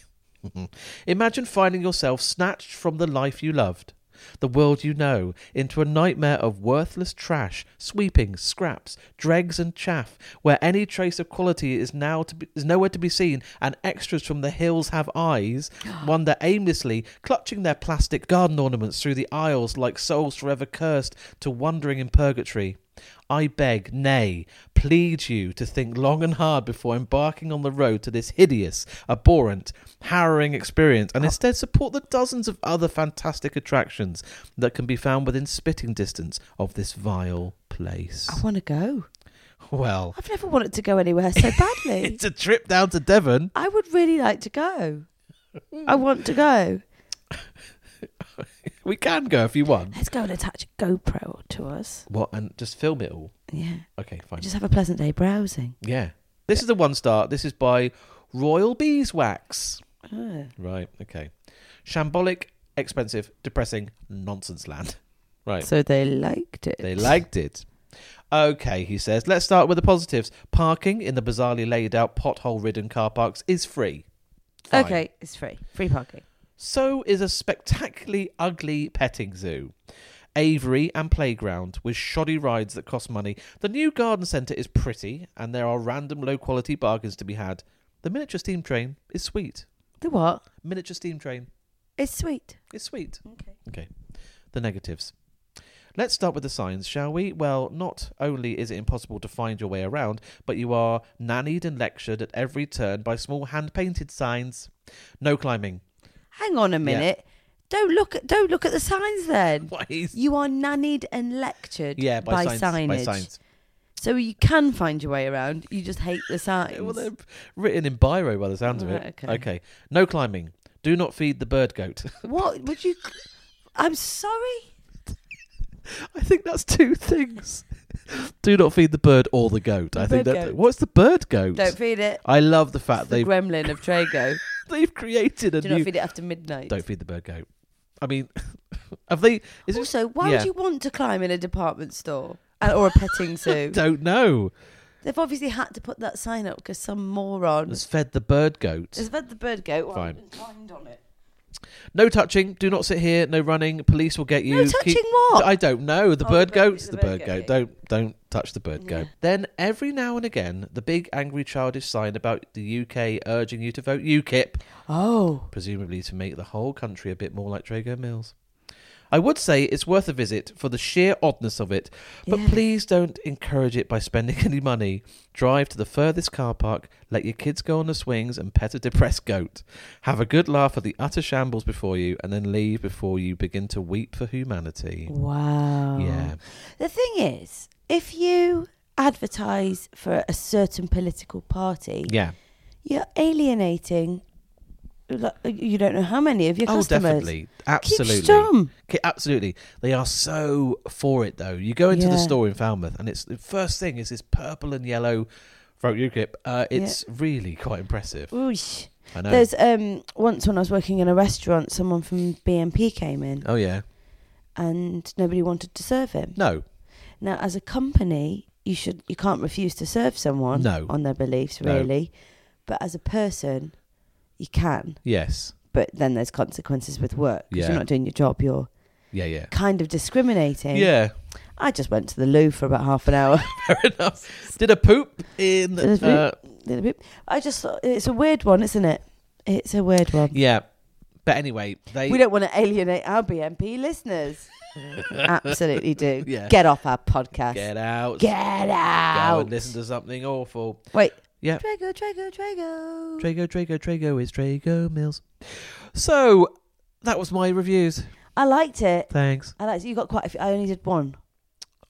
Speaker 3: Imagine finding yourself snatched from the life you loved, the world you know, into a nightmare of worthless trash, sweepings, scraps, dregs, and chaff, where any trace of quality is now to be, is nowhere to be seen, and extras from the hills have eyes, wander aimlessly, clutching their plastic garden ornaments through the aisles like souls forever cursed to wandering in purgatory. I beg, nay, plead you to think long and hard before embarking on the road to this hideous, abhorrent, harrowing experience, and instead support the dozens of other fantastic attractions that can be found within spitting distance of this vile place.
Speaker 2: I want to go.
Speaker 3: Well,
Speaker 2: I've never wanted to go anywhere so badly.
Speaker 3: it's a trip down to Devon.
Speaker 2: I would really like to go. I want to go.
Speaker 3: We can go if you want.
Speaker 2: Let's go and attach a GoPro to us.
Speaker 3: What? And just film it all.
Speaker 2: Yeah.
Speaker 3: Okay, fine.
Speaker 2: Just have a pleasant day browsing.
Speaker 3: Yeah. This is the one star. This is by Royal Beeswax.
Speaker 2: Oh.
Speaker 3: Right. Okay. Shambolic, expensive, depressing, nonsense land. Right.
Speaker 2: So they liked it.
Speaker 3: They liked it. Okay, he says. Let's start with the positives. Parking in the bizarrely laid out pothole ridden car parks is free. Fine.
Speaker 2: Okay, it's free. Free parking.
Speaker 3: So is a spectacularly ugly petting zoo. Avery and playground with shoddy rides that cost money. The new garden centre is pretty and there are random low quality bargains to be had. The miniature steam train is sweet.
Speaker 2: The what?
Speaker 3: Miniature steam train
Speaker 2: It's sweet.
Speaker 3: is sweet.
Speaker 2: Okay.
Speaker 3: Okay. The negatives. Let's start with the signs, shall we? Well, not only is it impossible to find your way around, but you are nannied and lectured at every turn by small hand painted signs. No climbing.
Speaker 2: Hang on a minute. Don't look at don't look at the signs then.
Speaker 3: What is?
Speaker 2: You are nannied and lectured
Speaker 3: Yeah, by, signs, by
Speaker 2: signage.
Speaker 3: signs.
Speaker 2: So you can find your way around. You just hate the signs.
Speaker 3: Well, they're written in biro by the sounds of
Speaker 2: Right,
Speaker 3: it.
Speaker 2: okay.
Speaker 3: Oh, okay. No climbing. Do not feed the bird goat.
Speaker 2: what would you? I'm sorry.
Speaker 3: I think that's two things. Do not feed the bird or the goat. I think
Speaker 2: bird
Speaker 3: that.
Speaker 2: goat.
Speaker 3: What's the bird goat?
Speaker 2: Don't feed it.
Speaker 3: I love the fact
Speaker 2: It's the
Speaker 3: they've
Speaker 2: gremlin of Trago.
Speaker 3: they've created a
Speaker 2: Do
Speaker 3: new.
Speaker 2: not feed it after midnight.
Speaker 3: Don't feed the bird goat. I mean, have they? Is it?
Speaker 2: also, why
Speaker 3: yeah.
Speaker 2: would you want to climb in a department store Uh, or a petting zoo?
Speaker 3: Don't know.
Speaker 2: They've obviously had to put that sign up because some moron
Speaker 3: Has fed the bird goat.
Speaker 2: has fed the bird goat while
Speaker 3: Fine.
Speaker 2: it's been climbed on it.
Speaker 3: No touching. Do not sit here. No running. Police will get you.
Speaker 2: no
Speaker 3: Keep-
Speaker 2: touching what?
Speaker 3: I don't know. The
Speaker 2: Oh,
Speaker 3: bird
Speaker 2: the bird-
Speaker 3: goat's
Speaker 2: the
Speaker 3: the bird,
Speaker 2: bird
Speaker 3: goat.
Speaker 2: goat.
Speaker 3: Don't don't touch the bird goat.
Speaker 2: Yeah.
Speaker 3: Then every now and again, the big angry childish sign about the UK urging you to vote UKIP,
Speaker 2: oh,
Speaker 3: presumably to make the whole country a bit more like Drago Mills. I would say it's worth a visit for the sheer oddness of it, but
Speaker 2: Yeah.
Speaker 3: please don't encourage it by spending any money. Drive to the furthest car park, let your kids go on the swings and pet a depressed goat. Have a good laugh at the utter shambles before you and then leave before you begin to weep for humanity.
Speaker 2: wow.
Speaker 3: Yeah.
Speaker 2: The thing is, if you advertise for a certain political party,
Speaker 3: Yeah.
Speaker 2: you're alienating. like, You don't know how many of your
Speaker 3: Oh,
Speaker 2: customers.
Speaker 3: definitely.
Speaker 2: Keep
Speaker 3: Absolutely.
Speaker 2: strum.
Speaker 3: Ki- Absolutely. They are so for it, though. You go into the
Speaker 2: Yeah.
Speaker 3: store in Falmouth, and it's the first thing is this purple and yellow vote UKIP. Uh,
Speaker 2: Yeah.
Speaker 3: it's really quite impressive.
Speaker 2: Whoosh.
Speaker 3: I know.
Speaker 2: There's um once when I was working in a restaurant, someone from BNP came in
Speaker 3: oh, yeah.
Speaker 2: and nobody wanted to serve him.
Speaker 3: No.
Speaker 2: Now, as a company, you should you can't refuse to serve someone
Speaker 3: No.
Speaker 2: on their beliefs,
Speaker 3: No.
Speaker 2: really. But as a person, you can.
Speaker 3: Yes.
Speaker 2: But then there's consequences with work 'cause
Speaker 3: Yeah.
Speaker 2: you're not doing your job. You're
Speaker 3: Yeah, yeah.
Speaker 2: kind of discriminating.
Speaker 3: Yeah.
Speaker 2: I just went to the loo for about half an hour.
Speaker 3: Fair enough. Did a poop in.
Speaker 2: Did a poop.
Speaker 3: Uh,
Speaker 2: I just thought it's a weird one, isn't it? It's a weird one.
Speaker 3: yeah. But anyway, they.
Speaker 2: We don't want to alienate our BNP listeners. Absolutely do.
Speaker 3: Yeah.
Speaker 2: Get off our podcast.
Speaker 3: Get out.
Speaker 2: Get
Speaker 3: Go
Speaker 2: out.
Speaker 3: and listen to something awful.
Speaker 2: Wait.
Speaker 3: Yeah.
Speaker 2: Drago, Drago, Drago.
Speaker 3: Drago, Drago, Drago is Drago Mills. So, that was my reviews.
Speaker 2: I liked it.
Speaker 3: Thanks.
Speaker 2: I liked it. You got quite a few. I only did one,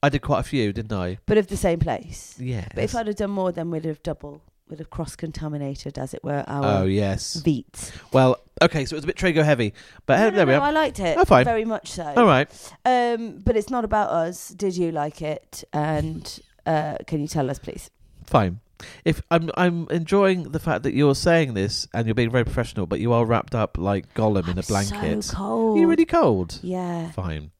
Speaker 3: I did quite a few, didn't I?
Speaker 2: but of the same place.
Speaker 3: Yes.
Speaker 2: But if I'd have done more, then we'd have double, we'd have cross contaminated, as it were,
Speaker 3: oh
Speaker 2: our
Speaker 3: yes.
Speaker 2: beats.
Speaker 3: Well, okay, so it was a bit Trago heavy, but
Speaker 2: No,
Speaker 3: uh,
Speaker 2: no,
Speaker 3: there we
Speaker 2: no,
Speaker 3: are.
Speaker 2: I liked it.
Speaker 3: Oh, fine.
Speaker 2: Very much so.
Speaker 3: All right.
Speaker 2: Um, but it's not about us. Did you like it? And uh, can you tell us, please?
Speaker 3: Fine. If I'm I'm enjoying the fact that you're saying this and you're being very professional, but you are wrapped up like Gollum in a blanket.
Speaker 2: So
Speaker 3: Are
Speaker 2: cold.
Speaker 3: you really cold?
Speaker 2: Yeah.
Speaker 3: Fine.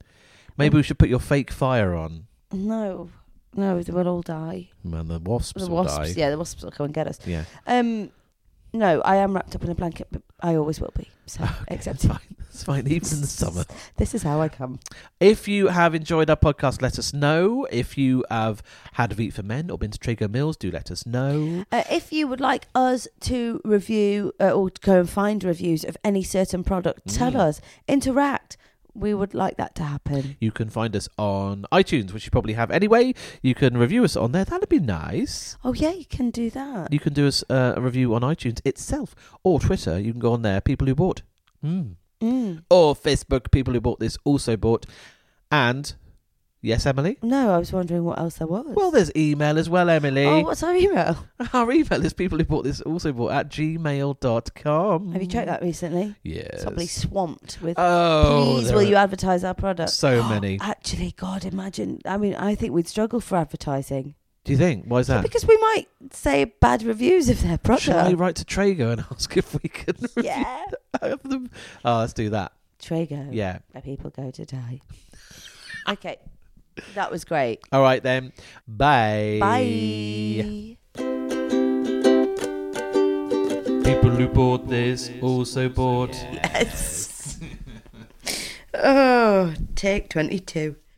Speaker 3: Maybe we should put your fake fire on.
Speaker 2: No. No, they will all die.
Speaker 3: Man, the wasps
Speaker 2: The
Speaker 3: will die.
Speaker 2: wasps. Yeah, the wasps will come and get us.
Speaker 3: Yeah.
Speaker 2: Um, no, I am wrapped up in a blanket, but I always will be. So accept
Speaker 3: It's
Speaker 2: it.
Speaker 3: fine. It's fine. Even in the summer.
Speaker 2: This is how I come.
Speaker 3: If you have enjoyed our podcast, let us know. If you have had a Eat for Men or been to Trago Mills, do let us know.
Speaker 2: Uh, if you would like us to review uh, or to go and find reviews of any certain product,
Speaker 3: Mm.
Speaker 2: tell us, interact. We would like that to happen.
Speaker 3: You can find us on iTunes, which you probably have anyway. You can review us on there. That'd be nice.
Speaker 2: Oh, yeah, you can do that.
Speaker 3: You can do us uh, a review on iTunes itself or Twitter. You can go on there. People who bought. Mm.
Speaker 2: Mm.
Speaker 3: Or Facebook. People who bought this also bought. And yes, Emily.
Speaker 2: No, I was wondering what else there was.
Speaker 3: Well, there's email as well, Emily.
Speaker 2: oh, what's our email?
Speaker 3: Our email is people who bought this also bought at gmail.com.
Speaker 2: Have you checked that recently?
Speaker 3: Yes.
Speaker 2: It's probably swamped with.
Speaker 3: Oh,
Speaker 2: Please,
Speaker 3: there
Speaker 2: will
Speaker 3: are
Speaker 2: you advertise our product?
Speaker 3: so many.
Speaker 2: Actually, God, imagine. I mean, I think we'd struggle for advertising
Speaker 3: Do you think? Why is that?
Speaker 2: because we might say bad reviews of their product.
Speaker 3: Should I write to Trago and ask if we can review
Speaker 2: yeah. Oh.
Speaker 3: have them? Oh, let's do that.
Speaker 2: Trago.
Speaker 3: Yeah.
Speaker 2: Where people go to die. okay. That was great.
Speaker 3: All right then. Bye.
Speaker 2: Bye.
Speaker 1: People who bought this also bought.
Speaker 2: Yes. oh, take 22.